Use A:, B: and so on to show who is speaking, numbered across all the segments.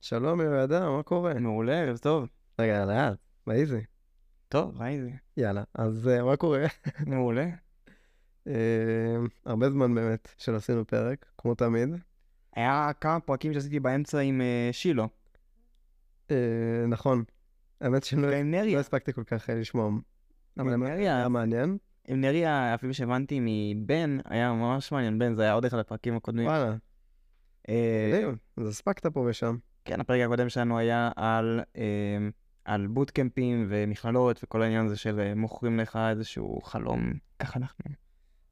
A: שלום, יהוידע, מה קורה?
B: מעולה, ערב טוב.
A: רגע, לאט, באיזי.
B: טוב, מה זה?
A: יאללה, אז אה, מה קורה?
B: מעולה.
A: אה, הרבה זמן באמת שלא עשינו פרק, כמו תמיד.
B: היה כמה פרקים שעשיתי באמצע עם אה, שילה.
A: אה, נכון, האמת שלא
B: ועם
A: לא
B: נריה.
A: הספקתי כל כך אה, לשמוע, אבל
B: עם
A: האמת,
B: נריה,
A: היה מעניין.
B: עם נריה, אפילו שהבנתי מבן, היה ממש מעניין. בן, זה היה עוד אחד הפרקים הקודמים.
A: וואלה,
B: אה,
A: מדהים, אז הספקת פה ושם.
B: כן, הפרק הקודם שלנו היה על, אה, על בוטקמפים ומכללות וכל העניין הזה של אה, מוכרים לך איזשהו חלום. ככה אנחנו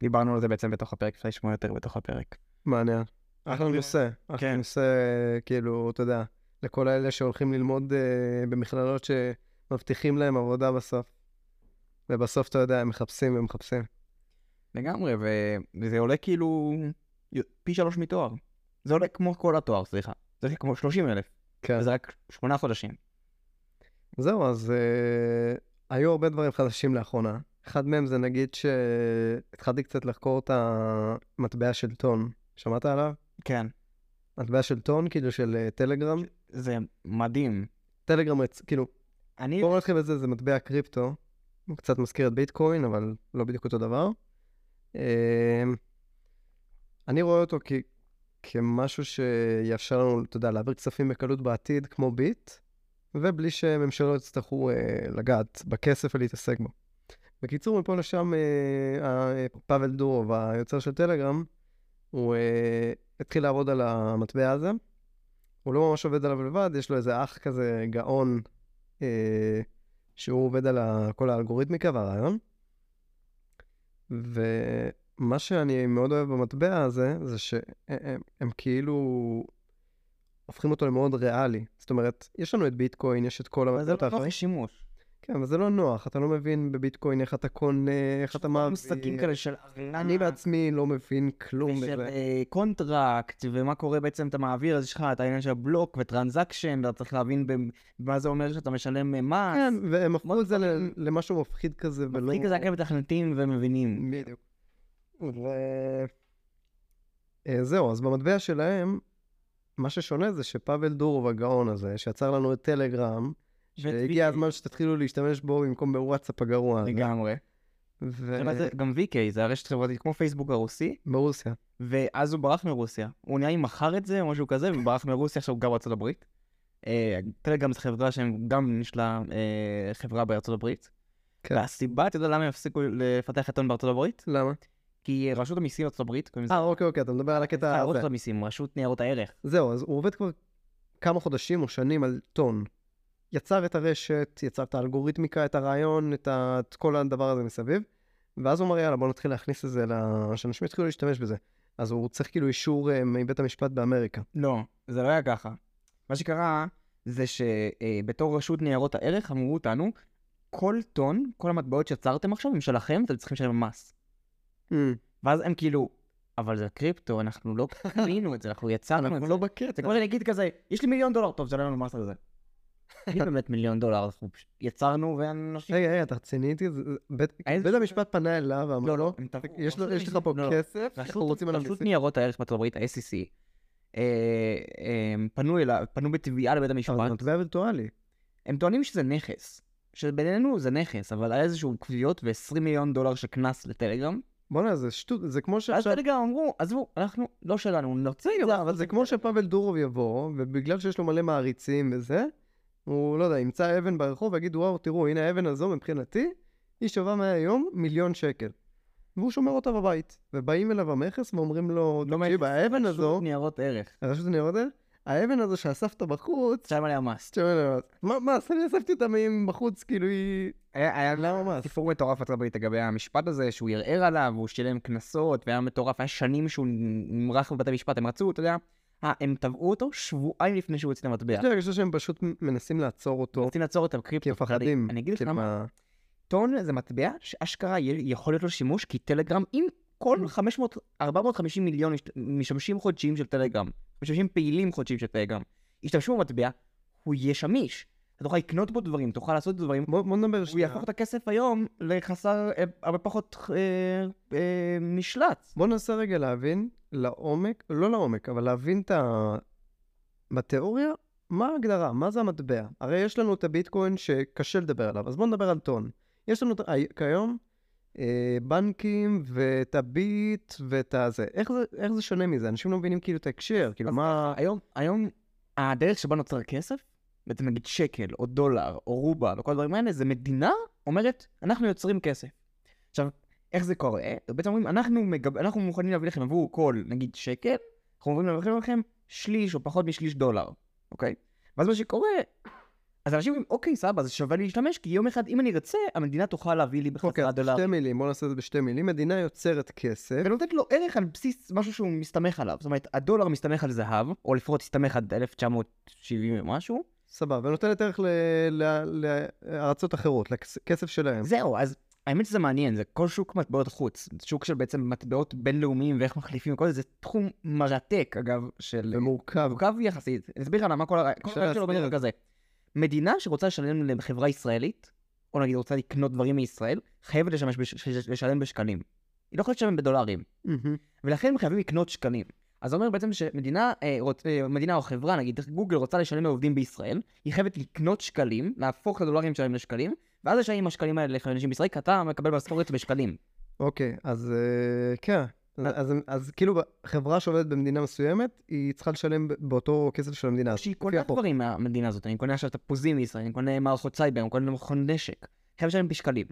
B: דיברנו על זה בעצם בתוך הפרק, אפשר לשמוע יותר בתוך הפרק.
A: מעניין. אחלה
B: אנחנו-
A: נושא, אחלה
B: כן.
A: נושא, כאילו, אתה יודע, לכל האלה שהולכים ללמוד אה, במכללות שמבטיחים להם עבודה בסוף. ובסוף, אתה יודע, הם מחפשים ומחפשים.
B: לגמרי, ו- וזה עולה כאילו י- פי שלוש מתואר. זה עולה כמו כל התואר, סליחה. זה עולה כמו 30 אלף,
A: כן.
B: וזה רק שמונה חודשים.
A: זהו, אז uh, היו הרבה דברים חדשים לאחרונה. אחד מהם זה נגיד שהתחלתי קצת לחקור את המטבע של טון. שמעת עליו?
B: כן,
A: מטבע של טון, כאילו של אה, טלגרם.
B: זה מדהים.
A: טלגרם, רצ- כאילו,
B: אני...
A: בואו נתחיל בזה, זה מטבע קריפטו. הוא קצת מזכיר את ביטקוין, אבל לא בדיוק אותו דבר. אה, אני רואה אותו כ- כמשהו שיאפשר לנו, אתה יודע, להעביר כספים בקלות בעתיד, כמו ביט, ובלי שממשלות יצטרכו אה, לגעת בכסף ולהתעסק בו. בקיצור, מפה לשם, אה, ה- פאבל דורוב, היוצר של טלגרם, הוא אה, התחיל לעבוד על המטבע הזה. הוא לא ממש עובד עליו לבד, יש לו איזה אח כזה גאון אה, שהוא עובד על ה- כל האלגוריתמיקה והרעיון. ומה שאני מאוד אוהב במטבע הזה, זה שהם הם, הם כאילו הופכים אותו למאוד ריאלי. זאת אומרת, יש לנו את ביטקוין, יש את כל
B: אבל זה
A: המטבעות
B: לא
A: האחרים.
B: תוך שימוש.
A: כן, אבל זה לא נוח, אתה לא מבין בביטקוין איך אתה קונה, איך אתה מעביר.
B: משחקים כאלה של ארנק.
A: אני בעצמי לא מבין כלום
B: ושל
A: בזה.
B: אה, קונטרקט, ומה קורה בעצם אתה מעביר, אז יש לך את העניין של הבלוק וטרנזקשן, ואתה צריך להבין במ- מה זה אומר שאתה משלם אה, מס.
A: כן, לא- והם הפכו את זה ל-
B: דברים-
A: למשהו מפחיד כזה, ולא...
B: מצחיק את זה רק מתכנתים ומבינים.
A: בדיוק. ו... אה, זהו, אז במטבע שלהם, מה ששונה זה שפאבל דורוב הגאון הזה, שיצר לנו את טלגרם, הגיע הזמן שתתחילו להשתמש בו במקום בוואטסאפ הגרוע הזה.
B: לגמרי.
A: אה, ו-
B: אבל זה גם VK, זה הרשת חברתית כמו פייסבוק הרוסי,
A: ברוסיה.
B: ואז הוא ברח מרוסיה. הוא נראה לי מכר את זה או משהו כזה, וברח מרוסיה, עכשיו הוא גר בארצות הברית. אה, טלגרם זו חברה שהם גם יש לה אה, חברה בארצות הברית.
A: כן.
B: והסיבה, אתה יודע למה הם הפסיקו לפתח את הון בארצות הברית?
A: למה?
B: כי רשות המיסים בארצות הברית, קוראים לזה...
A: אה, אוקיי, אוקיי, אתה מדבר על הקטע
B: סליחה,
A: הזה.
B: רשות המיסים, רשות ניירות הערך.
A: זהו, אז הוא עובד כבר כמה חודשים או שנים על טון. יצר את הרשת, יצר את האלגוריתמיקה, את הרעיון, את, ה... את כל הדבר הזה מסביב, ואז הוא אמר, יאללה, בוא נתחיל להכניס את זה, ל- שאנשים יתחילו להשתמש בזה. אז הוא צריך כאילו אישור אה, מבית המשפט באמריקה.
B: לא, זה לא היה ככה. מה שקרה זה שבתור רשות ניירות הערך אמרו אותנו, כל טון, כל המטבעות שיצרתם עכשיו הם שלכם, אתם צריכים לשלם מס. אה, ואז הם כאילו, אבל זה קריפטו, אנחנו לא קנינו את זה, אנחנו יצרנו את
A: אנחנו
B: זה.
A: לא בקטע.
B: זה כמו שאני אגיד כזה, יש לי מיליון דולר, טוב, תשלם לנו מס על זה. אין לי באמת מיליון דולר, אנחנו פשוט יצרנו ואנשים...
A: רגע, רגע, אתה רציני איתי? זה- זה- בית-
B: איזה-
A: בית המשפט פנה אליו ואמר,
B: אה, לא, לא, הם תבעו,
A: יש לו-
B: רשות
A: יש לך פה
B: המיסים- לא, לא.
A: כסף, אנחנו רוצים עליו
B: רשות
A: מיסים.
B: ניירות הערך בארצות הברית, ה-SEC, אה, אה, פנו אליו, פנו בתביעה לבית
A: אבל זה
B: המשפט,
A: מטבע וירטואלי.
B: הם טוענים שזה נכס, שבינינו זה נכס, אבל היה איזשהו קביעות ו-20 מיליון דולר של קנס לטלגרם,
A: בואנה, זה שטות, זה כמו
B: אז
A: שעכשיו...
B: טלגרם אמרו, עזבו, אנחנו לא שלנו, נוציא את זה,
A: בסדר, אבל זה כמו שפאבל דורוב יבוא, ובגלל שיש לו מלא מעריצים וזה, הוא, לא יודע, ימצא אבן ברחוב ויגיד, וואו, תראו, הנה האבן הזו מבחינתי, היא שווה מהיום מיליון שקל. והוא שומר אותה בבית, ובאים אליו המכס ואומרים לו,
B: לא
A: תקשיב,
B: מכס,
A: האבן הזו,
B: רשות ניירות ערך.
A: הרשות לניירות ערך, האבן הזו שאספת בחוץ,
B: תשלם עליה מס.
A: תשמע, לא, מה, מה, אז אני אספתי אותה מ- בחוץ, כאילו היא...
B: היה
A: למה מס?
B: סיפור מטורף בארצות הברית לגבי המשפט הזה, שהוא ערער עליו, הוא שילם קנסות, והיה מטורף, היה שנים שהוא נמרח בבית המשפט, הם רצו, אתה יודע, אה, הם תבעו אותו שבועיים לפני שהוא הוציא את המטבע.
A: יש לי הרגשה שהם פשוט מנסים לעצור אותו,
B: רוצים לעצור את הקריפטו.
A: כי הם מפחדים.
B: אני אגיד לך
A: כאילו,
B: למה,
A: מה-
B: טון זה מטבע שאשכרה יה- יכול להיות לו שימוש, כי טלגרם, אם כל 500, 450 מיליון משת- משתמשים חודשיים של טלגרם, משתמשים פעילים חודשיים של טלגרם, ישתמשו במטבע, הוא יהיה שמיש. אתה תוכל לקנות בו דברים, תוכל לעשות דברים,
A: בוא בוא נדבר
B: הוא יהפוך את הכסף היום לחסר, אה, הרבה פחות אה, אה, נשלט.
A: בוא ננסה רגע להבין לעומק, לא לעומק, אבל להבין את ה... בתיאוריה, מה ההגדרה? מה זה המטבע? הרי יש לנו את הביטקוין שקשה לדבר עליו, אז בואו נדבר על טון. יש לנו את- הי- כיום אה, בנקים ואת הביט ואת הזה. איך זה, איך זה שונה מזה? אנשים לא מבינים כאילו את ההקשר, כאילו
B: אז
A: מה...
B: היום, היום, הדרך שבה נוצר כסף, בעצם נגיד שקל, או דולר, או רובל, או כל הדברים האלה, זה מדינה אומרת, אנחנו יוצרים כסף. עכשיו, איך זה קורה? בעצם אומרים, אנחנו, מגב... אנחנו מוכנים להביא לכם עבור כל, נגיד, שקל, אנחנו מוכנים להביא לכם שליש או פחות משליש דולר, אוקיי? ואז מה שקורה, אז אנשים אומרים, אוקיי, סבבה, זה שווה לי להשתמש, כי יום אחד, אם אני ארצה, המדינה תוכל להביא לי
A: אוקיי,
B: בחזרה
A: אז
B: דולר.
A: שתי מילים, בואו נעשה את זה בשתי מילים. מדינה יוצרת כסף.
B: ונותנת לו ערך על בסיס משהו שהוא מסתמך עליו. זאת אומרת, הדולר מסתמך על זהב, או לפחות הסתמך עד 1970 ומשהו.
A: סבבה, ונותנת ערך ל- ל- לארצות אחרות, לכסף שלהם.
B: זהו, אז האמת שזה מעניין, זה כל שוק מטבעות חוץ. זה שוק של בעצם מטבעות בינלאומיים ואיך מחליפים וכל זה, זה תחום מרתק, אגב, של...
A: ומורכב.
B: מורכב יחסית. אני אסביר לך למה כל הרעיון
A: אפשר
B: שלו
A: להסביר
B: בדיוק
A: את
B: כזה. מדינה שרוצה לשלם לחברה ישראלית, או נגיד רוצה לקנות דברים מישראל, חייבת לשמש בש- ש- לשלם בשקלים. היא לא יכולה לשלם בדולרים.
A: מהמם.
B: ולכן הם חייבים לקנות שקלים. אז זה אומר בעצם שמדינה אה, רוצ, אה, מדינה או חברה, נגיד גוגל רוצה לשלם לעובדים בישראל, היא חייבת לקנות שקלים, להפוך את הדולרים שלהם לשקלים, ואז לשלם עם השקלים האלה לאנשים בישראל, כי אתה מקבל משכורת בשקלים.
A: אוקיי, אז אה, כן. אז, אז כאילו חברה שעובדת במדינה מסוימת, היא צריכה לשלם ב- באותו כסף של המדינה. אז
B: שהיא
A: אה, לפי
B: קונה
A: החוק.
B: דברים מהמדינה הזאת, אני קונה עכשיו תפוזים מישראל, אני קונה מערכות סייבר, אני קונה מכון נשק, חייב לשלם בשקלים.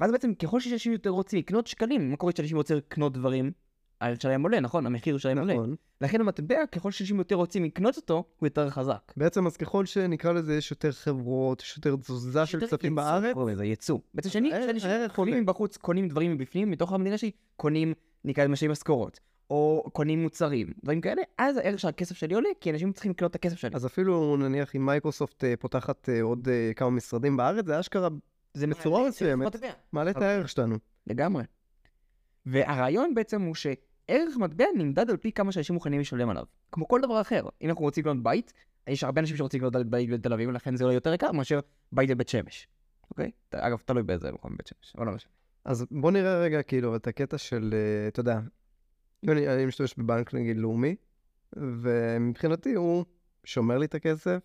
B: ואז בעצם ככל שאנשים יותר רוצים לקנות שקלים, מה קורה כשאנשים רוצים לקנות דברים? הערך שלהם עולה, נכון? המחיר שלהם עולה.
A: נכון.
B: לכן המטבע, ככל שאנשים יותר רוצים לקנות אותו, הוא יותר חזק.
A: בעצם אז ככל שנקרא לזה, יש יותר חברות, יש יותר תזוזה של
B: יותר
A: כספים
B: ייצוא,
A: בארץ.
B: קוראים לזה ייצוא. בעצם שאני,
A: הערך-
B: כשאני
A: הערך
B: קונים
A: עולה.
B: מבחוץ, קונים דברים מבפנים, מתוך המדינה שלי, קונים, נקרא לזה משכורות, או קונים מוצרים, דברים כאלה, אז הערך של הכסף שלי עולה, כי אנשים צריכים לקנות את הכסף שלי.
A: אז אפילו נניח אם מייקרוסופט אה, פותחת אה, עוד אה, כמה משרדים בארץ, זה אשכרה
B: זה
A: בצורה
B: מעלה את ערך
A: מסוימת.
B: המטבע.
A: מעלה את
B: אוקיי.
A: הערך שלנו.
B: לגמרי. והרעיון בעצם הוא שערך מטבע נמדד על פי כמה שאנשים מוכנים לשלם עליו. כמו כל דבר אחר. אם אנחנו רוצים לקנות בית, יש הרבה אנשים שרוצים לקנות בית בתל אביב, ולכן זה עולה יותר יקר מאשר בית בבית שמש. אוקיי? אגב, תלוי באיזה מקום בית שמש, אבל לא משנה.
A: אז בוא נראה רגע כאילו את הקטע של, אה, אתה יודע, אם אני, אני משתמש בבנק נגיד לאומי, ומבחינתי הוא שומר לי את הכסף,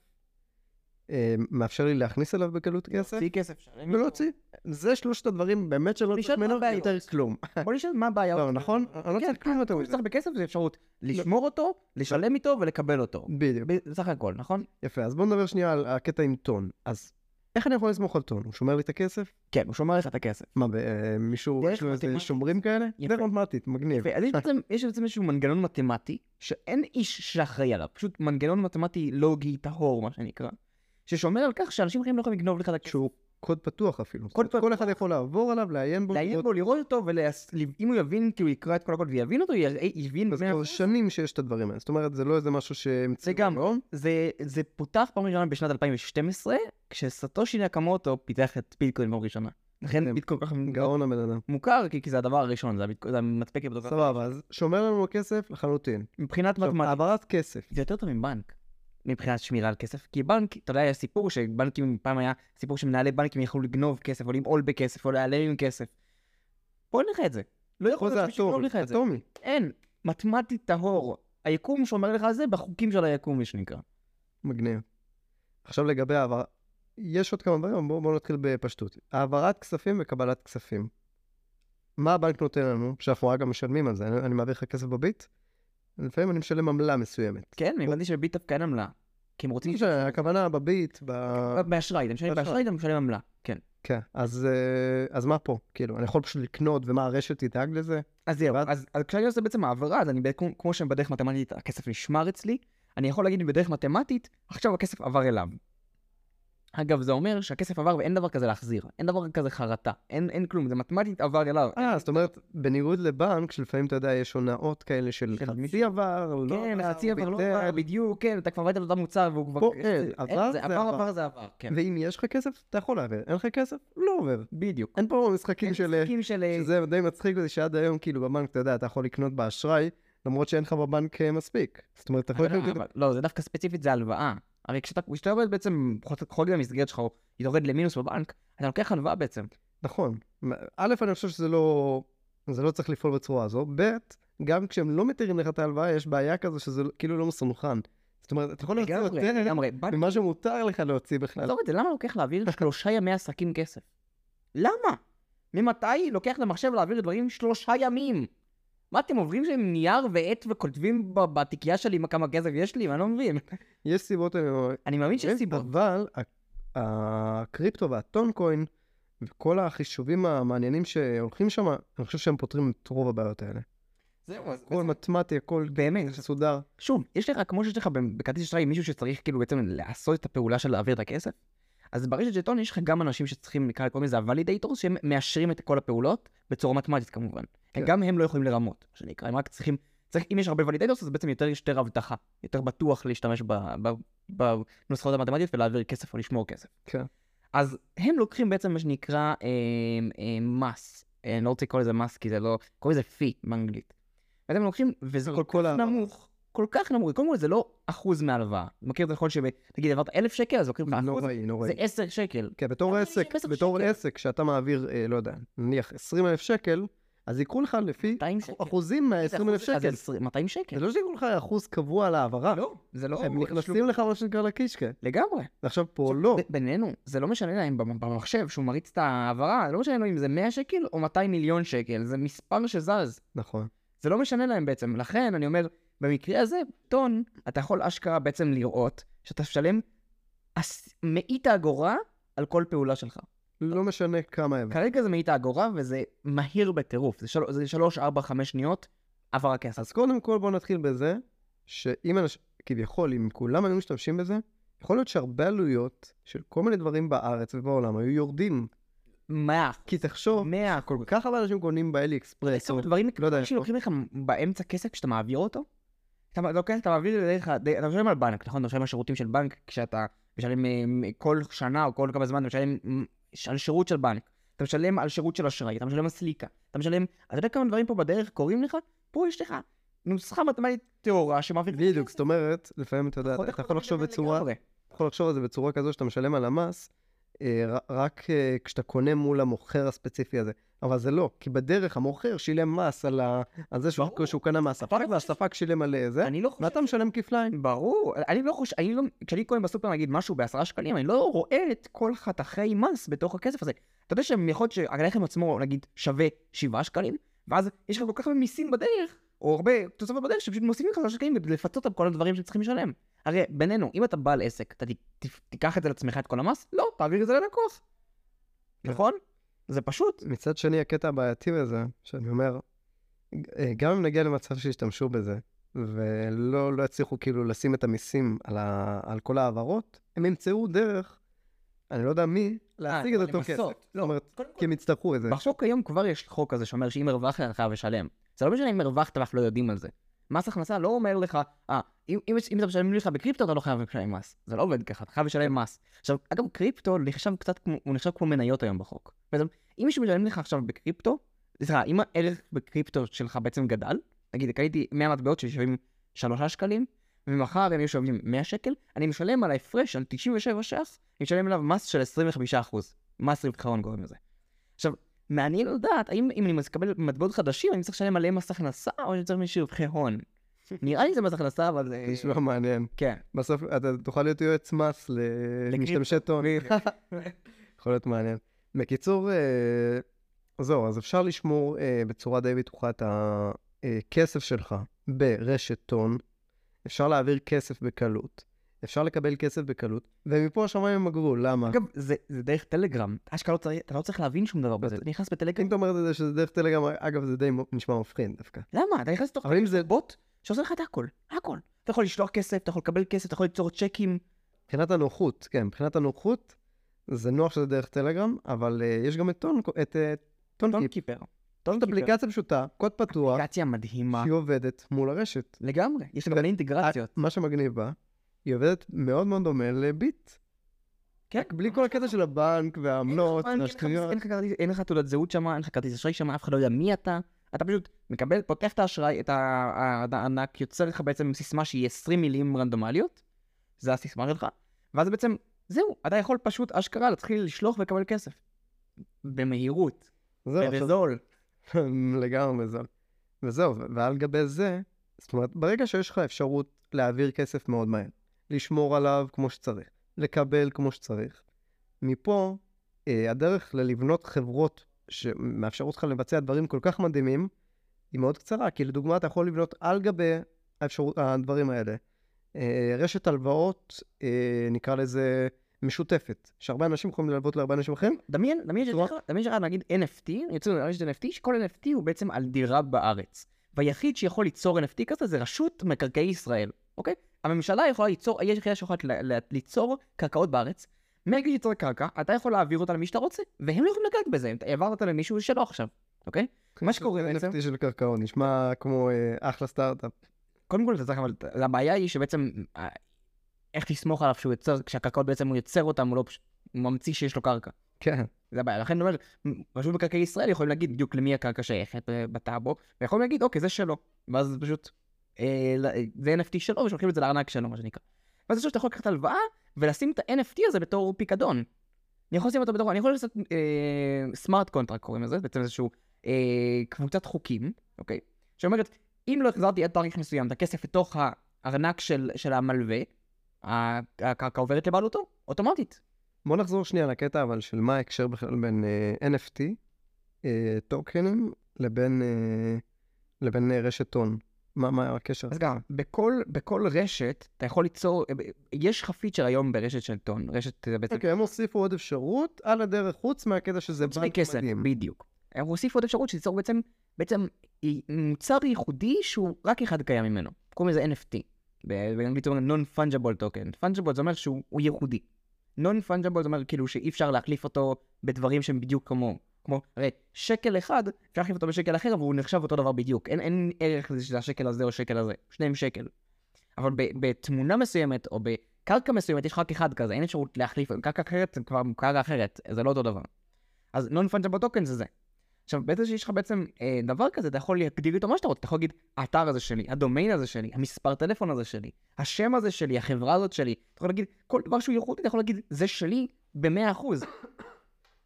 A: אה, מאפשר לי להכניס אליו בקלות כסף,
B: תוציא כסף, שלם.
A: ולא הוציא. זה שלושת הדברים באמת שלא
B: נשאל
A: צריך
B: מה
A: ממנו
B: הבעיות.
A: יותר כלום.
B: בוא נשאל מה הבעיה.
A: לא, נכון? אני לא
B: כן,
A: צריך כלום יותר
B: כל
A: מזה. לא.
B: שצריך בכסף זה אפשרות לשמור אותו, לשלם איתו ולקבל אותו.
A: בדיוק.
B: ב- בסך הכל, נכון?
A: יפה, אז בוא נדבר שנייה על הקטע עם טון. אז איך אני יכול לסמוך על טון? הוא שומר לי את הכסף?
B: כן, הוא שומר לך את הכסף.
A: מה, ב- אה, מישהו,
B: דרך
A: יש לו איזה
B: מתמטית.
A: שומרים כאלה?
B: יפה.
A: דרך מתמטית, מגניב.
B: יפה, אז יש בעצם, יש בעצם איזשהו מנגנון מתמטי, שאין איש שאחראי עליו, פשוט מנגנון מתמטי לוגי טהור, מה שנקרא, ששומר על כך שאנשים אחרים לא יכולים לגנוב לך את הכסף.
A: שהוא קוד פתוח אפילו.
B: קוד
A: זאת אומרת, כל אחד יכול לעבור עליו, לעיין בו.
B: לעיין
A: לראות-
B: בו, לראות אותו, ואם הוא יבין, כאילו יקרא את כל הכל ויבין אותו, יראה- יבין
A: אז
B: במאה
A: כבר
B: אחוז.
A: שנים שיש את הדברים האלה. זאת אומרת, זה לא איזה משהו שהמציאו.
B: לגמרי.
A: היום.
B: זה, זה פותח פעם ראשונה בשנת 2012, כשסטושי נקמוטו פיתח את ביטקוין פעם ראשונה. לכן
A: כן.
B: ביטקוין כל כך
A: גאון הבן אדם.
B: מוכר, כי, כי זה הדבר הראשון, זה, הביטק... זה המדפקת בדוקר.
A: סבבה, אז שומר לנו כסף לחלוטין.
B: מבחינת
A: עכשיו,
B: מתמטיקה,
A: העברת כסף.
B: זה יותר טוב מבנק, מבחינת שמירה על כסף. כי בנק, אתה יודע, היה סיפור שבנקים, פעם היה סיפור שמנהלי בנקים יכלו לגנוב כסף, או למעול בכסף, או להיעלם עם כסף. פה אין לך את זה. לא
A: פה
B: יכול
A: זה
B: להיות
A: אטום,
B: שמישהו יגנוב לך את זה.
A: אטומי.
B: אין. מתמטית טהור. היקום שומר לך על זה בחוקים של היקום, מה שנקרא.
A: מגניב. עכשיו לגבי העברה, יש עוד כמה דברים, בואו בוא נתחיל בפשטות. העברת כספים וקבלת כספים. מה הבנק נותן לנו, שאנחנו אגב משלמים על זה, אני, אני מעביר לך כסף בביט, לפעמים אני משלם עמלה מסוימת.
B: כן, אני הבנתי שביט דווקא אין עמלה. כי הם רוצים...
A: לא משנה, הכוונה בביט, ב...
B: באשראי, אתה משלם
A: באשראי.
B: באשראי, אתה משלם עמלה. כן.
A: כן, אז, אה, אז מה פה? כאילו, אני יכול פשוט לקנות, ומה הרשת תדאג לזה?
B: אז זהו,
A: ואז-
B: אז, אז כשאני עושה בעצם העברה, אז אני בעצם, כמו- כמו שבדרך מתמטית הכסף נשמר אצלי, אני יכול להגיד בדרך מתמטית, עכשיו הכסף עבר אליו. אגב, זה אומר שהכסף עבר ואין דבר כזה להחזיר, אין דבר כזה חרטה, אין, אין כלום, זה מתמטית עבר אליו.
A: אה, זאת אומרת, בניגוד לבנק, שלפעמים אתה יודע, יש הונאות כאלה של
B: של
A: חצי
B: מישהו.
A: עבר, לא
B: כן, חצי עבר לא
A: ביטל.
B: עבר, בדיוק, כן, אתה כבר ראית את אותו מוצר והוא כבר... אה,
A: פה אין, עבר
B: זה
A: זה
B: עבר,
A: עבר.
B: עבר זה עבר, כן.
A: ואם יש לך כסף, אתה יכול להעביר. אין לך כסף, לא עובר.
B: בדיוק.
A: אין פה משחקים של...
B: משחקים של... אה,
A: שזה די מצחיק אותי שעד היום, כאילו, בבנק, אתה יודע, אתה יכול לקנות באשראי, למרות שאין לך בבנק אה, מספיק. זאת אומרת, אתה יכול
B: אבל-
A: לקנות...
B: אבל- לא, זה דווקא ספציפית, זה הלוואה. הרי כשאתה כשאתה עובד בעצם, חוג במסגרת שלך, או יורד למינוס בבנק, אתה לוקח הלוואה בעצם.
A: נכון. א', אני חושב שזה לא... זה לא צריך לפעול בצורה הזו. ב', גם כשהם לא מתירים לך את ההלוואה, יש בעיה כזו שזה כאילו לא מסונכן. זאת אומרת, אתה יכול להוציא
B: לגמרי,
A: יותר
B: לגמרי. בד-
A: ממה שמותר לך להוציא בכלל.
B: עזוב את זה, למה לוקח להעביר שלושה ימי עסקים כסף? למה? ממתי לוקח למחשב להעביר דברים שלושה ימים? מה, אתם עוברים שם עם נייר ועט וכותבים ב- בתיקייה שלי מה- כמה כסף יש לי? מה, אני לא מבין.
A: יש סיבות... אה,
B: אני מאמין שיש סיבות.
A: אבל ה- הקריפטו והטונקוין וכל החישובים המעניינים שהולכים שם, אני חושב שהם פותרים את רוב הבעיות האלה.
B: זהו, אז... כן,
A: הכל מתמטי, הכל
B: באמת,
A: מסודר.
B: שוב, יש לך, כמו שיש לך ב- בכרטיס אשראי מישהו שצריך כאילו בעצם לעשות את הפעולה של להעביר את הכסף, אז ברשת ג'טון יש לך גם אנשים שצריכים, נקרא לקרוא לזה הוולידייטור, שהם מאשרים את כל הפעולות בצורה מתמטית כמובן.
A: כן.
B: כן. גם הם לא יכולים לרמות, מה שנקרא, הם רק צריכים, צריך, אם יש הרבה ולידייטורס, אז בעצם יותר יש יותר הבטחה, יותר בטוח להשתמש ב, ב, בנוסחאות המתמטיות ולהעביר כסף או לשמור כסף.
A: כן.
B: אז הם לוקחים בעצם מה שנקרא אה, אה, מס, אה, אני לא רוצה לקרוא לזה מס, כי זה לא, קוראים לזה פי באנגלית. ואתם לוקחים, וזה
A: על
B: כל
A: כל
B: כך
A: ה-
B: נמוך, כל כך נמוך, קודם כל זה לא אחוז מהלוואה. מכיר את היכולת שנגיד העברת אלף שקל, אז לוקחים לך אחוז,
A: נוראי, נוראי.
B: זה עשר שקל.
A: כן, בתור
B: אבל
A: עסק,
B: יש כסף
A: בתור
B: שקל.
A: עסק, כשאתה מעביר, אה, לא יודע, נניח 20 אלף שקל, אז יקרו לך לפי
B: 200 שקל.
A: אחוזים מה-20 אלף שקל.
B: 200
A: זה
B: שקל.
A: לא שיקרו לך אחוז קבוע על העברה.
B: כן. לא, זה לא...
A: הם נכנסים לך מה שנקרא לקישקע.
B: לגמרי.
A: עכשיו פה
B: עכשיו,
A: לא.
B: ב- בינינו, זה לא משנה להם במ- במחשב שהוא מריץ את ההעברה, לא משנה לו אם זה 100 שקל או 200 מיליון שקל, זה מספר שזז.
A: נכון.
B: זה לא משנה להם בעצם. לכן, אני אומר, במקרה הזה, טון, אתה יכול אשכרה בעצם לראות שאתה משלם עש- מאית האגורה על כל פעולה שלך.
A: לא משנה כמה הם.
B: כרגע זה מאית האגורה וזה מהיר בטירוף. זה של- זה 3, 4, 5 שניות עבר הכסף.
A: אז קודם כל בוא נתחיל בזה, שאם אנשים, כביכול, אם כולם היו משתמשים בזה, יכול להיות שהרבה עלויות של כל מיני דברים בארץ ובעולם היו יורדים.
B: 100.
A: כי תחשוב,
B: 100 כל
A: כל כך הרבה אנשים קונים באלי אקספרס,
B: יש
A: או
B: כמה דברים
A: לא יודע,
B: שלוקחים לך באמצע כסף כשאתה מעביר אותו? אתה לוקח, אתה מעביר דרך, ה- די- אתה משלם על בנק, נכון? אתה משלם על שירותים של בנק כשאתה משלם אה, מ- כל שנה או כל כמה זמן אתה משלם מ, ש- על שירות של בנק. אתה משלם על שירות של אשראי, אתה משלם על סליקה, אתה משלם, אתה יודע כמה דברים פה בדרך קורים לך? פה יש לך נוסחה מתמטית טהורה שמעבירה
A: בדיוק, זאת אומרת, לפעמים אתה יודע,
B: חותך
A: אתה
B: פה
A: יכול לחשוב
B: לגמרי.
A: בצורה, אתה יכול לחשוב על זה בצורה כזו שאתה משלם על המס, אה, ר- רק אה, כשאתה קונה מול המוכר הספציפי הזה. אבל זה לא, כי בדרך המוכר שילם מס על ה- על זה שהוא
B: ברור.
A: שהוא קנה מהספק,
B: אתה לא חושב-
A: והספק שילם על אה, זה,
B: אני לא חושב...
A: ואתה משלם כפליים.
B: ברור, אני לא חושב, אני לא, כשאני קונה בסופר נגיד משהו בעשרה שקלים, אני לא רואה את כל חתכי מס בתוך הכסף הזה. אתה יודע שיכול להיות שהלחם עצמו נגיד שווה שבעה שקלים, ואז יש לך כל כך הרבה מיסים בדרך, או הרבה תוספות בדרך, שפשוט מוסיפים לך שלושה שקלים כדי לפצות על כל הדברים שהם צריכים לשלם. הרי בינינו, אם אתה בעל עסק, אתה ת, ת, תיקח את זה לעצמך את כל המס? לא, תעביר את זה ללקוח.
A: כן.
B: נכון? זה פשוט.
A: מצד שני, הקטע הבעייתי בזה, שאני אומר, אה, גם אם נגיע למצב שישתמשו בזה, ולא לא יצליחו כאילו לשים את המיסים על, ה, על כל ההעברות, הם ימצאו דרך, אני לא יודע מי, להשיג את
B: אה, אבל לא.
A: אותו כסף.
B: למסות.
A: זאת אומרת,
B: קודם כל,
A: כי הם יצטרכו את זה.
B: בחוק היום כבר יש חוק כזה שאומר שאם הרווחת אתה חייב לשלם. זה לא משנה אם הרווחת ואנחנו לא יודעים על זה. מס הכנסה לא אומר לך, אה, אם, אם, יש- אם אתה משלם לך בקריפטו אתה לא חייב לשלם מס. זה לא עובד ככה, אתה חייב לשלם מס. עכשיו, אגב, קריפטו נחשב קצת כמו, הוא נחשב כמו מניות היום בחוק. בעצם, אם מישהו משלם לך עכשיו בקריפטו, סליחה, אם הערך בקריפטו שלך בעצם גדל, נגיד, קניתי 100 מטבעות ששווים 3 שקלים, ומחר הם יהיו שווים 100 שקל, אני משלם על ההפרש, על 97 ש"ח, אני משלם עליו מס של 25%. מס רווחי הון קוראים לזה. עכשיו, מעניין לדעת האם אם אני מקבל מטבעות חדשים, אני צריך לשלם עליהם מס הכנסה, או שאני צריך מישהו רווחי הון. נראה לי זה מס הכנסה, אבל זה...
A: נשמע מעניין.
B: כן.
A: בסוף אתה תוכל להיות יועץ מס למשתמשי טון. יכול להיות מעניין. בקיצור, אה, זהו, אז אפשר לשמור אה, בצורה די בטוחה את הכסף שלך ברשת טון, אפשר להעביר כסף בקלות, אפשר לקבל כסף בקלות, ומפה השמיים הם הגבול, למה?
B: אגב, זה זה דרך טלגרם. אשכרה לא צריך, אתה לא צריך להבין שום דבר בזה.
A: אתה-
B: אתה נכנס בטלגרם,
A: אם אתה אומר את זה שזה דרך טלגרם, אגב, זה די מ- נשמע מפחיד דווקא.
B: למה? אתה נכנס לתוך
A: אבל אם זה
B: בוט שעושה לך את הכל, הכל. אתה יכול לשלוח כסף, אתה יכול לקבל כסף, אתה יכול ליצור צ'קים.
A: מבחינת הנוחות, כן, מבחינת הנוחות, זה נוח שזה דרך טלגרם, אבל אה, יש גם את טון, את אה, טונקיפ.
B: טונקיפר.
A: זאת
B: כן.
A: אפליקציה פשוטה, קוד פתוח,
B: אפליקציה מדהימה.
A: שהיא עובדת מול הרשת.
B: לגמרי. אה, יש לה גם מלא אינטגרציות.
A: מה שמגניב בה, היא עובדת מאוד מאוד דומה לביט.
B: כן. אה,
A: רק בלי כל הקטע של הבנק והעמלות
B: אין לך בנק, אין לך מס-
A: והשטויות.
B: אין לך כרטיס- אין לך תעודת זהות שם, אין לך כרטיס אשראי שם, אף אחד לא יודע מי אתה. אתה פשוט מקבל, פותח את האשראי, את ה- את הענק, יוצר לך בעצם סיסמה שהיא 20 מילים רנדומליות. זה הסיסמה שלך. ואז בעצם, זהו, אתה יכול פשוט אשכרה להתחיל לשלוח ולקבל כסף. במהירות,
A: זהו, עכשיו-
B: בזול.
A: לגמרי זול. וזהו, ו- ועל גבי זה, זאת אומרת, ברגע שיש לך אפשרות להעביר כסף מאוד מהר, לשמור עליו כמו שצריך, לקבל כמו שצריך. מפה, אה, הדרך ללבנות חברות שמאפשרות לך לבצע דברים כל כך מדהימים, היא מאוד קצרה, כי לדוגמה אתה יכול לבנות על גבי האפשרות, הדברים האלה. אה, רשת הלוואות, אה, נקרא לזה משותפת, שהרבה אנשים יכולים ללוות להרבה אנשים אחרים.
B: דמיין, דמיין שיש
A: צורה-
B: לך- דמיין שיש לך נגיד NFT, יוצאים לרשת NFT, שכל NFT הוא בעצם על דירה בארץ. והיחיד שיכול ליצור NFT כזה זה רשות מקרקעי ישראל, אוקיי? הממשלה יכולה ליצור, יש יחידה שיכולה ל- ל- ליצור קרקעות בארץ. מרגע שייצור קרקע, אתה יכול להעביר אותה למי שאתה רוצה, והם לא יכולים לגעת בזה, העברת אותה למישהו שלא עכשיו, אוקיי? מה שקורה בעצם-
A: NFT של קרקעון, נשמע כמו אה, אחלה סטארט-אפ.
B: קודם כל, אתה צריך, אבל הבעיה היא שבעצם, אה, איך לסמוך עליו שהוא יוצר, כשהקרקעות בעצם הוא יוצר אותן, הוא לא פש- הוא ממציא שיש לו קרקע.
A: כן.
B: זה הבעיה. לכן אני אומר, רשות מקרקעי ישראל יכולים להגיד בדיוק למי הקרקע שייכת אה, בטאבו, ויכולים להגיד, אוקיי, זה שלו. ואז זה פשוט, אה, לא- אה, זה NFT שלו, ושולחים את זה לארנק שלו, מה שנקרא. ואז עכשיו אתה יכול לקחת הלוואה, ולשים את ה-NFT הזה בתור פיקדון. אני יכול לשים אותו בתור, אני יכול לעשות סמארט קונטרקט קוראים לזה, בעצם איזשהו אה, קבוצת חוקים, אוקיי? שאומרת, אם לא החזרתי עד תאריך מסוים את הכסף לתוך הארנק של, של המלווה, ה- הקרקע עוברת לבעלותו, אוטומטית.
A: בוא נחזור שנייה לקטע אבל של מה ההקשר בכלל בין אה, NFT, אה, טוקנים, לבין, אה, לבין אה, רשת הון. מה, מה הקשר?
B: אז גם, בכל, בכל רשת, אתה יכול ליצור, אה, יש לך פיצ'ר היום ברשת של טון, רשת אה, בעצם,
A: אוקיי, הם הוסיפו עוד אפשרות על הדרך, חוץ מהקטע שזה
B: חוץ מכסף, בדיוק. הם הוסיפו עוד אפשרות שליצור בעצם, בעצם אי- מוצר ייחודי שהוא רק אחד קיים ממנו, קוראים לזה NFT. ב- באנגלית זה Non-Fungible Token. Fungible זה אומר שהוא הוא ייחודי. Non-Fungible זה אומר כאילו שאי אפשר להחליף אותו בדברים שהם בדיוק כמו, כמו, הרי שקל אחד, אפשר להחליף אותו בשקל אחר, אבל הוא נחשב אותו דבר בדיוק. אין, אין ערך לזה שזה השקל הזה או השקל הזה, שניהם שקל. אבל ב- בתמונה מסוימת, או בקרקע מסוימת, יש רק אחד כזה, אין אפשרות להחליף, קרקע אחרת זה כבר קרקע אחרת, זה לא אותו דבר. אז non-fungible token זה זה. עכשיו, בעצם שיש לך בעצם אה, דבר כזה, אתה יכול להגדיר איתו מה שאתה רוצה, אתה יכול להגיד, האתר הזה שלי, הדומיין הזה שלי, המספר טלפון הזה שלי, השם הזה שלי, החברה הזאת שלי, אתה יכול להגיד, כל דבר שהוא ייחודי, אתה יכול להגיד, זה שלי ב-100%.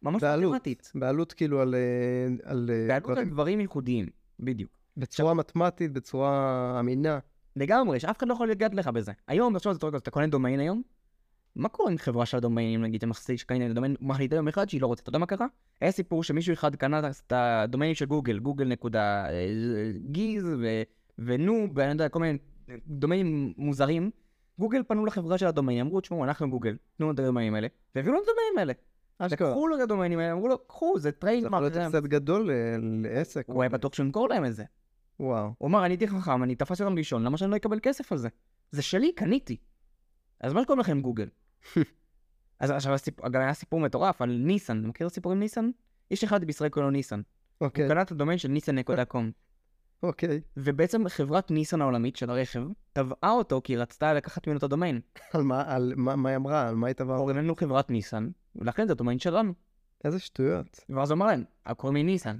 B: ממש
A: בעלות.
B: מתמטית.
A: בעלות כאילו על, אה, על אה,
B: בעלות על
A: דברים.
B: דברים ייחודיים, בדיוק.
A: בצורה מתמטית, בצורה אמינה.
B: לגמרי, שאף אחד לא יכול לגעת לך בזה. היום, תחשוב, אתה- אתה קונה דומיין היום? מה קורה עם חברה של הדומיינים, נגיד, שמחזיק, שקנה דומיין, מחליטה יום אחד שהיא לא רוצה, אתה יודע מה קרה? היה סיפור שמישהו אחד קנה את הדומיינים של גוגל, גוגל נקודה אה, גיז ו- ונו, ואני יודע, כל מיני דומיינים מוזרים. גוגל פנו לחברה של הדומיינים, אמרו, תשמעו, אנחנו גוגל, תנו לנו את הדומיינים האלה, והביאו לנו את הדומיינים האלה.
A: אשכרה.
B: לקחו לו את הדומיינים האלה, אמרו לו, קחו, זה
A: זה יכול
B: טריידמרק.
A: להיות הפסד גדול אה, לעסק.
B: הוא היה בטוח שהוא ימכור להם את זה.
A: וואו.
B: הוא אמר, אני הייתי חכם, אני תפסתי אותם ראשון, למה שאני לא אקבל כסף על זה? זה שלי, קניתי. אז מה שקוראים לכם גוגל? אז עכשיו הסיפור, גם היה סיפור מטורף על ניסן, אתה מכיר סיפורים ניסן? יש אחד בישראל קוראים לו ניסן.
A: אוקיי,
B: הוא קנה את הדומיין של ניסן.com.
A: אוקיי.
B: ובעצם חברת ניסן העולמית של הרכב, תבעה אותו כי היא רצתה לקחת ממנו את הדומיין.
A: על מה, על מה, מה היא אמרה? על מה היא תבעה?
B: קוראים לנו חברת ניסן, ולכן זה הדומיין שלנו.
A: איזה שטויות.
B: ואז הוא אמר להם, "אה, קוראים לי ניסן.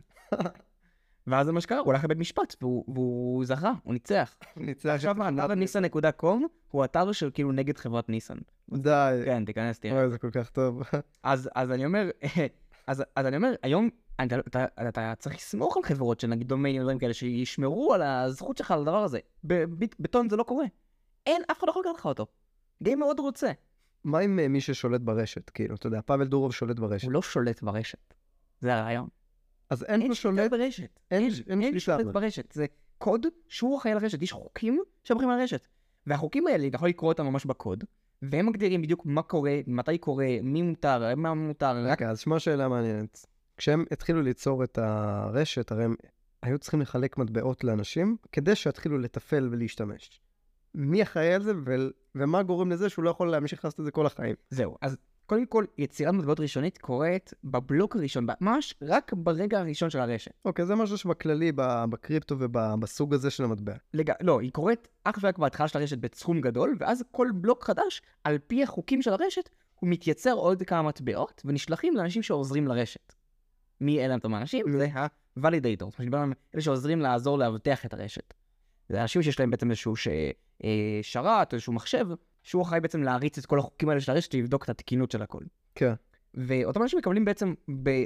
B: ואז זה מה שקרה, הוא הלך לבית משפט, והוא- והוא זכה, הוא ניצח.
A: ניצח
B: עכשיו האתר ניסן.com הוא אתר של כאילו נגד חברת ניסן.
A: די.
B: כן, תיכנס תראה.
A: אוי, זה כל כך טוב.
B: אז, אז אני אומר, אז, אז אני אומר, היום אתה, אתה, אתה, אתה צריך לסמוך על חברות של נגיד דומיינים ודברים כאלה, שישמרו על הזכות שלך על הדבר הזה. בביט- בטון זה לא קורה. אין, אף אחד לא יכול לקחת לך אותו. די מאוד רוצה.
A: מה עם אה, מי ששולט ברשת? כאילו, אתה יודע, פאבל דורוב שולט ברשת.
B: הוא לא שולט ברשת. זה הרעיון.
A: אז אין לו
B: שליטה
A: שולט,
B: ברשת.
A: אין- אין שליטה
B: שולט
A: עליו.
B: ברשת. זה קוד שהוא אחראי על הרשת. יש חוקים שמחים על הרשת. והחוקים האלה, אתה יכול לקרוא אותם ממש בקוד, והם מגדירים בדיוק מה קורה, מתי קורה, מי מותר, מה מותר, רק
A: רגע, אז שמע שאלה מעניינת. כשהם התחילו ליצור את הרשת, הרי הם היו צריכים לחלק מטבעות לאנשים כדי שיתחילו לתפעל ולהשתמש. מי אחראי על זה ול- ומה גורם לזה שהוא לא יכול להמשיך לעשות את זה כל החיים?
B: זהו, אז קודם כל, יצירת מטבעות ראשונית קורית בבלוק הראשון, ממש רק ברגע הראשון של הרשת.
A: אוקיי, זה משהו שבכללי, ב- בקריפטו ובסוג הזה של המטבע.
B: לג... לא, היא קורית אך ורק בהתחלה של הרשת בסכום גדול, ואז כל בלוק חדש, על פי החוקים של הרשת, הוא מתייצר עוד כמה מטבעות, ונשלחים לאנשים שעוזרים לרשת. מי אלה אותם האנשים? זה ה-validators, מה שדיברנו עליהם, אלה שעוזרים לעזור לאבטח את הרשת. זה אנשים שיש להם בעצם איזשהו ש... אה, שרת או איזשהו מחשב, שהוא אחראי בעצם להריץ את כל החוקים האלה של הרשת, לבדוק את התקינות של הכל.
A: כן.
B: ואותם אנשים מקבלים בעצם ב...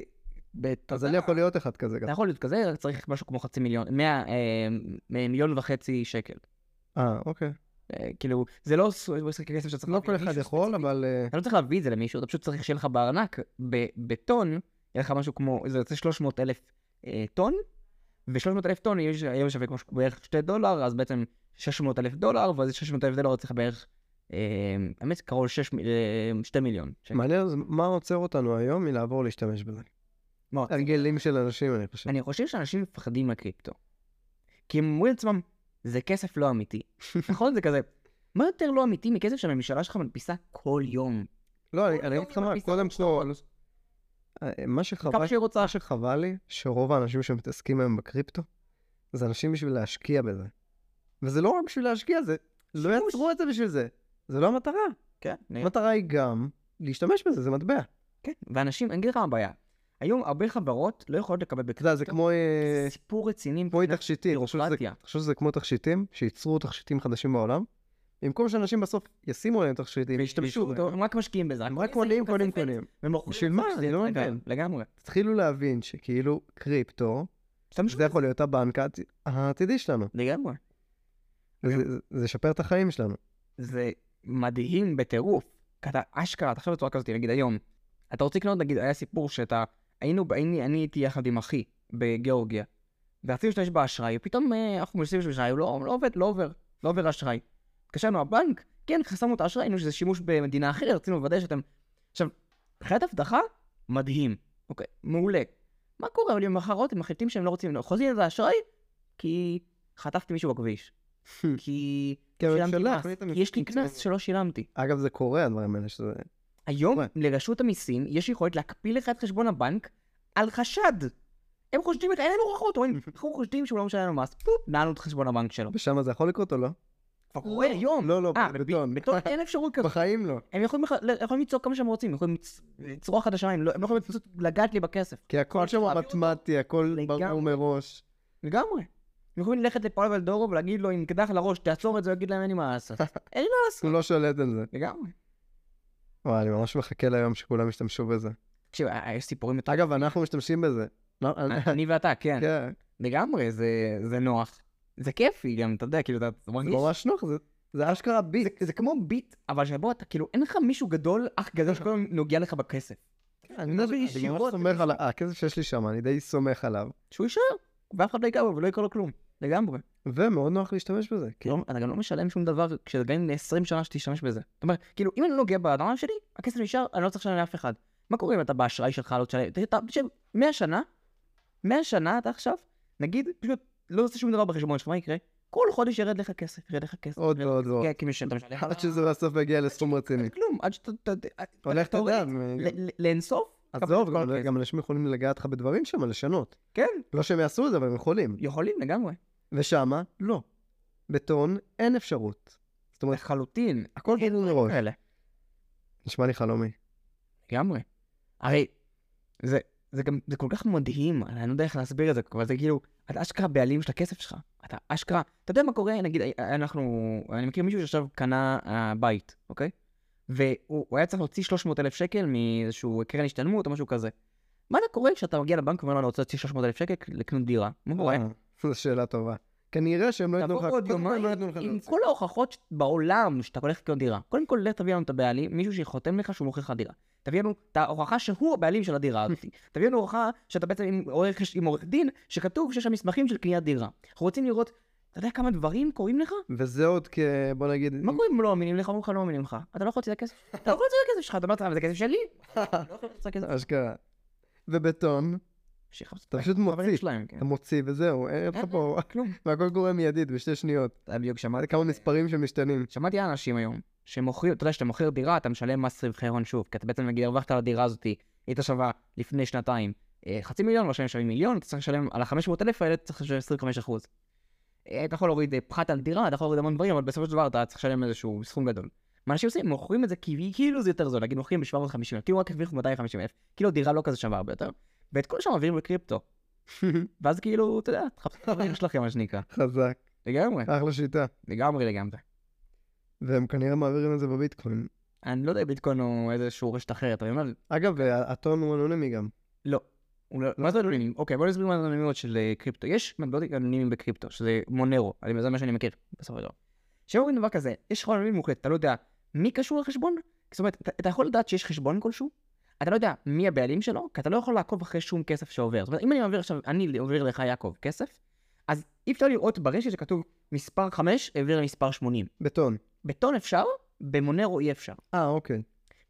B: בתודה.
A: אז אני יכול להיות אחד כזה גם.
B: אתה יכול להיות כזה, רק צריך משהו כמו חצי מיליון, מאה, אה, מ- מיליון וחצי שקל.
A: אה, אוקיי.
B: אה, כאילו, זה לא ס- הוא ישחק כסף שאתה צריך
A: לא
B: להביא
A: כל אחד
B: למישהו
A: יכול,
B: ספציפי.
A: אבל... אה,
B: אתה לא צריך להביא את זה למישהו, אתה פשוט צריך שיהיה לך בארנק, ב- בטון, יהיה לך משהו כמו, זה יוצא 300 אלף אה, טון, ו-300 אלף טון יהיה- היום שווה כמו ש- בערך 2 דולר, אז בעצם 600 אלף דולר, ואז 600 אלף דולר צריך בערך, אה, האמת, קרוב ל-2 מיליון. שקל.
A: מעניין אז מה עוצר אותנו היום מלעבור להשתמש בזה.
B: מה עושים?
A: הרגלים של אנשים, אני חושב.
B: אני חושב שאנשים מפחדים מהקריפטו. כי הם אומרים לעצמם, זה כסף לא אמיתי. נכון? זה כזה, מה יותר לא אמיתי מכסף שהממשלה שלך מדפיסה כל יום?
A: לא, אני
B: כל
A: אני
B: יום
A: אגיד לך מה,
B: מדפיסה
A: קודם
B: עוד
A: כל... אה, מה שחבל
B: כמה שהיא רוצה.
A: מה שחבל לי, שרוב האנשים שמתעסקים היום בקריפטו, זה אנשים בשביל להשקיע בזה. וזה לא רק בשביל להשקיע, זה... לא
B: שימוש.
A: יצרו את זה בשביל זה. זה לא המטרה.
B: כן, אני-
A: המטרה היא גם להשתמש בזה, זה מטבע.
B: כן, ואנשים, אני אגיד לך מה הבעיה. היום הרבה חברות לא יכולות לקבל
A: אתה יודע, זה
B: בקריפטו.
A: כמו... אה,
B: זה סיפור רציני
A: כמו
B: מבחינת
A: תכשיטים.
B: בירוקרטיה.
A: תחשוב שזה כמו תכשיטים, שייצרו תכשיטים חדשים בעולם. במקום שאנשים בסוף ישימו עליהם תכשיטים,
B: והשתמשו,
A: וישתמשו בהם.
B: הם רק משקיעים בזה.
A: הם רק קונים, קונים, קונים. בשביל מה? אני לא מבין.
B: לגמרי.
A: תתחילו להבין שכאילו קריפטו,
B: השתמשו
A: זה יכול להיות הבנק העתי- העתידי שלנו.
B: בזה. לגמרי. אוקיי.
A: זה- זה- זה ישפר את החיים שלנו.
B: זה מדהים בטירוף. כי אתה אשכרה, תחשוב בצורה כזאת, נגיד היום, אתה רוצה לקנות, נגיד, היה סיפור שאתה, היינו, ב- אני, אני הייתי יחד עם אחי בגיאורגיה, ורצינו להשתמש באשראי, פתאום אה, אנחנו משתמשים באשראי, הוא לא, לא עובד, לא עובר, לא עובר האשראי. התקשרנו הבנק, כן, חסמנו את האשראי, היינו שזה שימוש במדינה אחרת, רצינו לוודא שאתם... עכשיו, חיית אבטחה, מדהים, אוקיי, מעולה. מה קורה, אבל למחרת הם מחליטים שהם לא רוצים, חוזים את האשראי, כי חטפתי מישהו בכביש. כי
A: כי הממשלה
B: שילמתי מס,
A: החליטה
B: כי יש לי
A: מצוין.
B: קנס שלא שילמתי.
A: אגב, זה קורה, הדברים האלה, שזה...
B: היום
A: כן.
B: לרשות המיסים יש יכולת להקפיא לך את חשבון הבנק על חשד. הם חושדים לך, אין להם הוכחות, רואים, אנחנו חושדים שהוא לא משלם לנו מס, פופ, נענו את חשבון הבנק שלו.
A: ושם זה יכול לקרות או לא?
B: כבר קורה היום.
A: לא, לא,
B: אה,
A: בטון.
B: בטון אין אפשרות כזאת.
A: בחיים לא.
B: הם יכולים לך- הם יכולים לצעוק כמה שהם רוצים, הם יכולים לצ- לצרוח עד השמיים, לא- הם לא יכולים פשוט לגעת לי בכסף.
A: כי הכל שם
B: להעביר אותו.
A: מתמטי, הכל
B: לגמרי.
A: ברור מראש.
B: לגמרי. הם יכולים ללכת לפאולו ולדורו ולהגיד לו עם אקדח לראש, תעצור את זה, הוא יגיד להם אין לי מה לעשות. אין לי מה לעשות.
A: הוא לא שולט על זה.
B: לגמרי.
A: וואי, אני ממש מחכה ליום שכולם ישתמשו בזה.
B: תקשיב, אה, יש סיפורים יותר...
A: אגב, אנחנו משתמשים בזה. לא, אני-
B: אני ואתה, כן.
A: כן,
B: לגמרי, זה, זה נוח. זה כיפי גם, אתה יודע, כאילו, אתה
A: זה
B: מרגיש...
A: ממש נוח, זה- זה אשכרה ביט.
B: זה כמו ביט, אבל שבו אתה כאילו, אין לך מישהו גדול, אח גדול שכל היום נוגע לך בכסף. כן,
A: אני יודע, אני ממש
B: ישירות.
A: סומך על ה- הכסף שיש לי שם, אני די סומך עליו.
B: שהוא יישאר, ואף אחד לא ייגע בו ולא יקרה לו כלום. לגמרי.
A: ומאוד נוח להשתמש בזה. כי-
B: כאילו, אתה גם לא משלם שום דבר, כשגם אם 20 שנה שתשתמש בזה. זאת אומרת, כאילו, אם אני לא נוגע באדמה שלי, הכסף נשאר, אני לא צריך לשלם לאף אחד. מה קורה אם אתה באשראי שלך, לא תשלם? אתה- אתה- תשב 100 שנה, 100 שנה אתה עכשיו, נגיד, פשוט לא עושה שום דבר בחשבון שלך, מה יקרה? כל חודש ירד לך כסף, ירד לך כסף.
A: עוד
B: ירד לך
A: ועוד
B: כסף.
A: ועוד.
B: כן, כי משלם, אתה משלם.
A: עד שזה בסוף מגיע לסכום רציני.
B: אין כלום, עד שאתה... אתה- אתה-
A: הולך,
B: אתה
A: אתה יודע,
B: ל- ל- לאינסוף?
A: עזוב,
B: קבל את
A: גם- לא-
B: כל הכסף.
A: גם אנשים יכולים לגעת לך בדברים שם, לשנות.
B: כן,
A: לא שהם יעשו את זה, אבל הם יכולים.
B: יכולים לגמרי.
A: ושמה, לא. בטון, אין אפשרות. זאת אומרת,
B: לחלוטין.
A: הכל כאילו מראש.
B: כאלה.
A: נשמע לי חלומי.
B: לגמרי. הרי, זה, זה גם, זה כל כך מדהים, אני לא יודע איך להסביר את זה, אבל זה כאילו, אתה אשכרה בעלים של הכסף שלך. אתה אשכרה, אתה יודע מה קורה, נגיד, אה, אנחנו, אני מכיר מישהו שעכשיו קנה אה, בית, אוקיי? והוא הוא היה צריך להוציא 300 אלף שקל מאיזשהו קרן השתלמות או משהו כזה. מה זה קורה כשאתה מגיע לבנק ואומר לו, אני רוצה להוציא 300 אלף שקל לקנות דירה? מה קורה?
A: אה, זו שאלה טובה. כנראה שהם לא ייתנו לך...
B: תבוא עוד
A: קודם כל, הם
B: יומיים
A: לא ייתנו לך
B: עם
A: להוציא.
B: כל ההוכחות בעולם שאתה הולך לקנות דירה. קודם כל, לך תביא לנו את הבעלים, מישהו שחותם לך שהוא מוכר לך דירה. תביא לנו את ההוכחה שהוא הבעלים של הדירה הזאת. תביא לנו הוכחה שאתה בעצם עם עורך, עם עורך דין, שכתוב שיש שם מסמכים של קניית דירה. אנחנו רוצים לראות, אתה יודע כמה דברים קורים לך?
A: וזה עוד כ... בוא נגיד...
B: מה קורה אם לא מאמינים לך, אומרים לך לא מאמינים לך? אתה לא יכול להוציא את הכסף. אתה לא יכול להוציא את הכסף שלך, אתה אומר לעצמך, "אבל זה כסף שלי. אתה לא יכול להוציא את הכסף.
A: אשכרה. ובטון,
B: שיחפשו את
A: אתה פשוט
B: החברים
A: מוציא.
B: שלהם, כן.
A: אתה מוציא וזהו, אין לך
B: אין,
A: פה...
B: כלום.
A: והכל קורה מיידית, בשתי שניות.
B: אתה בדיוק שמעת
A: כמה מספרים שמשתנים.
B: שמעתי על אנשים היום, שמוכרים, אתה יודע, כשאתה מוכר דירה, אתה משלם מס רווחי הון שוב, כי אתה בעצם נגיד הרווחת על הדירה הזאת, היא הייתה שווה לפני שנתיים אה, חצי מיליון, ועכשיו הם שווים מיליון, אתה צריך לשלם על ה-500 אלף האלה, אתה צריך לשלם 25 אחוז. אתה יכול להוריד אה, פחת על דירה, אתה יכול להוריד המון דברים, אבל בסופו של דבר אתה צריך לשלם איזשהו סכום גדול. מה אנשים עושים? מוכרים את זה כי- כאילו זה יותר זול, נגיד מוכרים ב-750 אלף, כאילו רק הרוויחו 250 אלף, כאילו דירה לא כזה שווה הרבה יותר, ואת כל השאר מעבירים בקריפטו. ואז כאילו, אתה יודע, תחפשו את הדברים שלכם, מה שנקרא.
A: חזק.
B: לגמרי,
A: אחלה שיטה.
B: לגמרי לגמרי.
A: והם כנראה מעבירים את זה בביטקוין.
B: אני לא יודע אם ביטקוין הוא איזשהו רשת אחרת, אבל אני אומר,
A: אגב, אה, הטון הוא אנונימי גם.
B: לא. הוא לא- מה זה אנונימים? אוקיי, בוא נסביר מה זה אנונימיות של אה, קריפטו. יש מטבעות אנונימיים בקריפטו, שזה מונרו, אני- זה מה שאני מכיר, בסופו של דבר. שאומרים דבר כזה, יש חשבון עמלים מוקלט, אתה לא יודע מי קשור לחשבון? זאת אומרת, אתה, אתה יכול לדעת שיש חשבון כלשהו, אתה לא יודע מי הבעלים שלו, כי אתה לא יכול לעקוב אחרי שום כסף שעובר. זאת אומרת, אם אני מעביר עכשיו, אני עובר לך יעקב כסף, אז אי אפשר לראות ברשת שכתוב מספר 5 העביר למספר 80.
A: בטון.
B: בטון אפשר, במונרו אי אפשר.
A: אה, אוקיי.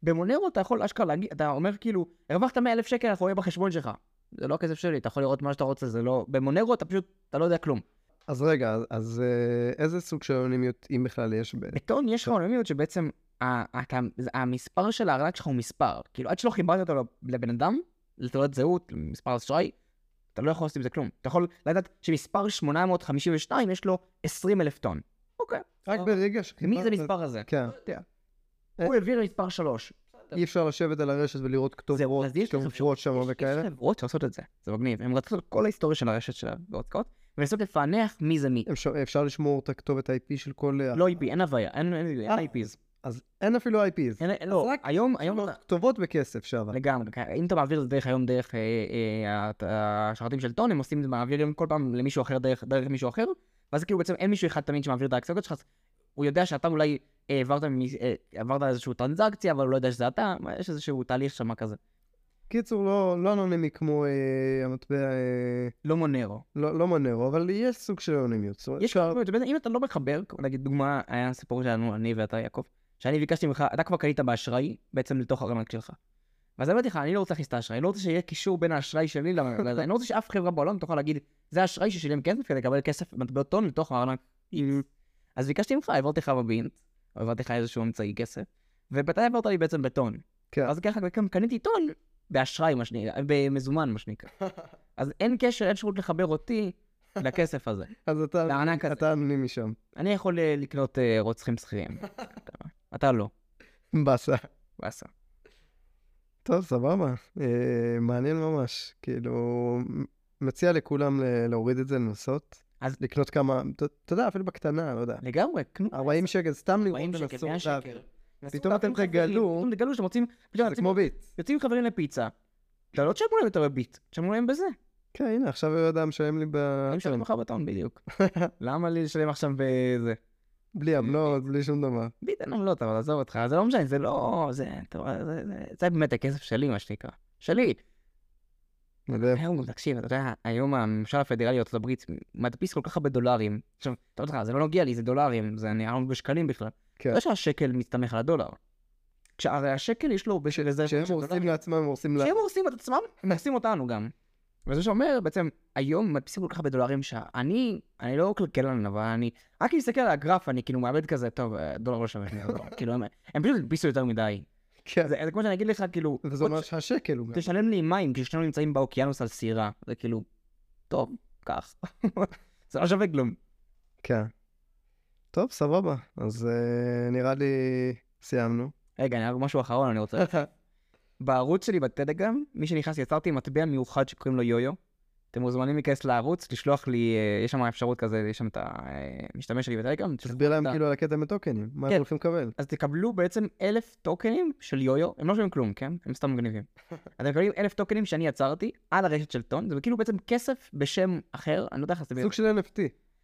B: במונרו אתה יכול אשכרה להגיד, אתה אומר כאילו, הרווחת 100 אלף שקל, אנחנו רואים בחשבון שלך. זה לא הכסף שלי, אתה יכול לראות מה שאתה רוצה, זה לא... במונרו אתה פשוט, אתה לא יודע כלום.
A: אז רגע, אז- אז אה, איזה סוג של אנונימיות, אם בכלל יש ב...
B: בטון יש לך
A: טוב.
B: אנונימיות שבעצם ה- אתה- זה- המספר של הארנק שלך הוא מספר. כאילו עד שלא חיברת אותו לבן אדם, לתעודת זהות, למספר אשראי, אתה לא יכול לעשות עם זה כלום. אתה יכול לדעת שמספר 852 יש לו 20 אלף טון. אוקיי,
A: רק
B: אה.
A: ברגע שחיברת...
B: מי זה מספר הזה?
A: כן.
B: הוא העביר למספר 3.
A: אי אפשר לשבת על הרשת ולראות כתובות
B: אז יש לך
A: שעוברות שם וכאלה.
B: יש חברות שעושות את זה, זה מגניב. הן רצות את כל ההיסטוריה של הרשת שלה בעודקות, ולנסות לפענח מי זה מי.
A: אפשר- אפשר לשמור את הכתובת IP של כל... אה,
B: לא IP, אין הוויה, אין אין- אין
A: אה.
B: IPs.
A: אז אין אפילו IPs.
B: אין- לא,
A: רק-
B: היום, היום, אתה-
A: כתובות בכסף שווה.
B: לגמרי. כן. אם אתה מעביר את זה דרך היום דרך אה, אה, הת- השרתים של טון, הם עושים את זה, מעבירים כל פעם למישהו אחר דרך דרך מישהו אחר, ואז כאילו בעצם אין מישהו אחד תמיד שמעביר את האקסוגות שלך, אז הוא יודע שאתה אולי אה, העברת מ- אה, עברת איזושהי טרנזקציה, אבל הוא לא יודע שזה אתה, יש איזשהו תהליך שם כזה.
A: קיצור, לא- לא אנונימי כמו אה, המטבע... אה,
B: לא מונרו.
A: לא לא מונרו, אבל יש סוג של אנונימיות. זאת אומרת,
B: יש כבר, אם אתה לא מחבר, כמו נגיד דוגמה, היה סיפור שלנו, אני ואתה, יעקב, שאני ביקשתי ממך, אתה כבר קנית באשראי, בעצם לתוך הארנק שלך. ואז אמרתי לך, אני לא רוצה להכניס את האשראי, אני לא רוצה שיהיה קישור בין האשראי שלי ל... לזה. אני לא רוצה שאף חברה בעולם תוכל להגיד, זה האשראי ששילם כסף כדי לקבל כסף מטבעות טון לתוך הארנק.
A: Mm-hmm.
B: אז ביקשתי ממך, העברתי לך בבינט, או העברתי לך איזשהו אמצעי כסף, ואתה העברת לי בעצם בטון.
A: כן.
B: אז ככה גם קניתי טון באשראי, מה שנקרא, במזומן, מה שנקרא. אז אין קשר, אין אפשרות לחבר אותי לכסף הזה,
A: אז אתה-
B: לארנק הזה.
A: אתה אנונימי שם.
B: אני יכול אה, לקנות אה, רוצחים שכירים. אתה לא,
A: באסה.
B: באסה.
A: טוב, סבבה. אה, מעניין ממש. כאילו, מ- מציע לכולם ל- להוריד את זה, לנסות.
B: אז-
A: לקנות כמה, ת- אתה יודע, אפילו בקטנה, לא יודע.
B: לגמרי, קנו
A: 40 שקל, סתם לראות
B: 40 שקל, 100 שקל.
A: להעביר. פתאום אתם
B: חברים,
A: תגלו-
B: פתאום תגלו שאתם רוצים, פתאום
A: לא, זה
B: יוצאים-
A: כמו ביט.
B: יוצאים עם חברים לפיצה. אתה לא תשלמו להם יותר בביט, תשלמו להם בזה.
A: כן, הנה, עכשיו הוא יודע לא משלם לי ב...
B: אני משלם לך בטון בדיוק. למה לי לשלם עכשיו בזה?
A: בלי עמלות, בלי שום דבר.
B: ביט אין עמלות, אבל עזוב אותך, זה לא משנה, זה לא... זה... אתה רואה, זה- זה- זה באמת הכסף שלי, מה שנקרא. שלי.
A: מדהים.
B: היום, תקשיב, אתה יודע, היום הממשל הפדרלי בארצות הברית מדפיס כל כך הרבה דולרים. עכשיו, אתה יודע, זה לא נוגע לי, זה דולרים, זה נראה לנו בשקלים בכלל.
A: כן.
B: לא שהשקל מסתמך על הדולר. כשהרי השקל יש לו בשביל איזה...
A: כשהם הורסים לעצמם, הם הורסים ל...
B: כשהם הורסים את עצמם, הם הורסים אותנו גם. וזה שאומר, בעצם, היום מדפיסים כל כך הרבה דולרים שאני, אני לא כלכלן, אבל אני, רק אם מסתכל על הגרף, אני כאילו מאבד כזה, טוב, אה, דולר לא שווה שני דולר. כאילו, הם, הם פשוט הדפיסו יותר מדי.
A: כן.
B: זה, זה כמו שאני אגיד לך, כאילו,
A: וזה
B: עוד
A: אומר
B: ש-
A: שהשקל הוא גם.
B: תשלם לי מים כששנינו נמצאים באוקיינוס על סירה. זה כאילו, טוב, קח. זה לא שווה כלום.
A: כן. טוב, סבבה. אז אה, נראה לי סיימנו.
B: רגע, אני רק משהו אחרון, אני רוצה... בערוץ שלי בטלגרם, מי שנכנס, יצרתי מטבע מיוחד שקוראים לו יויו. אתם מוזמנים להיכנס לערוץ, לשלוח לי, אה, יש שם אפשרות כזה, יש שם את המשתמש שלי בטלגרם. תשלחו
A: תסביר להם
B: את ה-
A: כאילו על הקטע מטוקנים, מה הם
B: כן.
A: הולכים לקבל.
B: אז תקבלו בעצם אלף טוקנים של יויו, הם לא שווים כלום, כן? הם סתם מגניבים. אתם מקבלים אלף טוקנים שאני יצרתי על הרשת של טון, זה כאילו בעצם כסף בשם אחר, אני לא יודע איך להסביר.
A: סוג של NFT.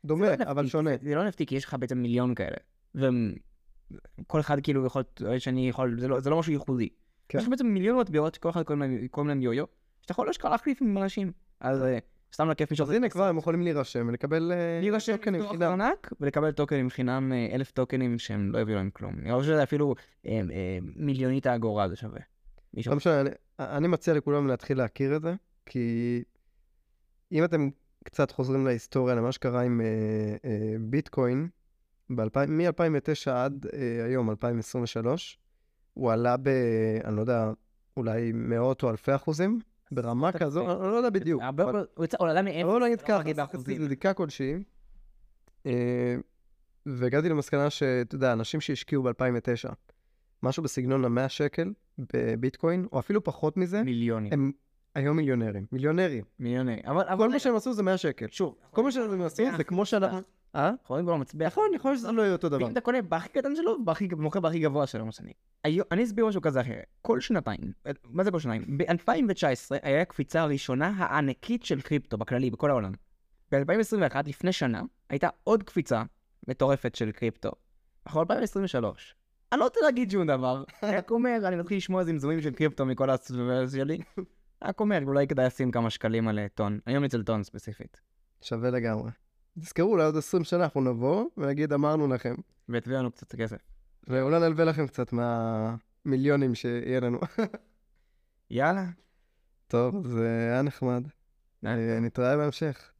A: דומה,
B: זה לא
A: אבל
B: NFT,
A: שונה.
B: זה- זה לא NFT, כי יש לך בעצם מיליון כאלה. וכל אחד כאילו יכול, טוען שאני יכול, זה לא, זה לא משהו ייחודי.
A: כן.
B: יש בעצם מיליון מטבעות שכל אחד קוראים להם- קוראים להם יו-יו, שאתה יכול אשכרה להחליף עם אנשים. אז אה, סתם לכיף מי
A: אז
B: שרוצה.
A: הנה כבר הם יכולים להירשם ולקבל אה,
B: להירשם
A: טוקנים
B: לפתוח
A: חינם.
B: ארנק ולקבל טוקנים חינם, אה, אלף טוקנים שהם לא יביאו להם כלום. אני חושב שזה אפילו אה, אה, מיליונית האגורה זה שווה. מי
A: לא
B: שרוצה.
A: משנה, אני- אני מציע לכולם להתחיל להכיר את זה, כי אם אתם קצת חוזרים להיסטוריה, למה שקרה עם אה, אה, ביטקוין, מ-2009 עד אה, היום, 2023, הוא עלה ב... אני לא יודע, אולי מאות או אלפי אחוזים, ברמה
B: אתה-
A: כזו, אני לא יודע בדיוק.
B: הרבה
A: אבל-
B: יותר- הוא יצא, הוא עלה מאפס.
A: לא נגיד
B: אתה
A: ככה,
B: להגיד
A: עשיתי
B: באחוזים.
A: איזו בדיקה כלשהי, אה, והגעתי למסקנה שאתה יודע, אנשים שהשקיעו ב-2009, משהו בסגנון ה-100 שקל בביטקוין, או אפילו פחות מזה,
B: מיליונים.
A: הם היום מיליונרים. מיליונרים.
B: מיליונים. אבל... אבל
A: כל
B: רגע,
A: מה שהם עשו זה 100 שקל.
B: שוב,
A: כל מה שהם עשו זה כמו שאנחנו... אה?
B: נכון. אנחנו רואים כבר מצביע.
A: נכון, יכול להיות שזה לא יהיה אותו דבר.
B: ואם אתה קונה בהכי קטן שלו, והכי- ומוכר בהכי גבוה שלו, מה שאני. היו- אני אסביר משהו כזה אחר. כל שנתיים, אה, מה זה כל שנתיים? ב-2019 היה הקפיצה הראשונה הענקית של קריפטו בכללי, בכל העולם. ב-2021, לפני שנה, הייתה עוד קפיצה מטורפת של קריפטו, אנחנו 2023. אני לא רוצה להגיד שום דבר, אני רק אומר, אני מתחיל לשמוע זמזומים של קריפטו מכל הסביבה שלי. רק אומר, אולי כדאי לשים כמה שקלים על אה, טון. אני ממליץ על טון ספציפית.
A: שווה לגמרי. תזכרו, אולי עוד 20 שנה אנחנו נבוא ונגיד אמרנו לכם,
B: והתביע לנו קצת כסף.
A: ואולי נלווה לכם קצת מהמיליונים שיהיה לנו.
B: יאללה.
A: טוב, זה היה נחמד. אה, נתראה בהמשך.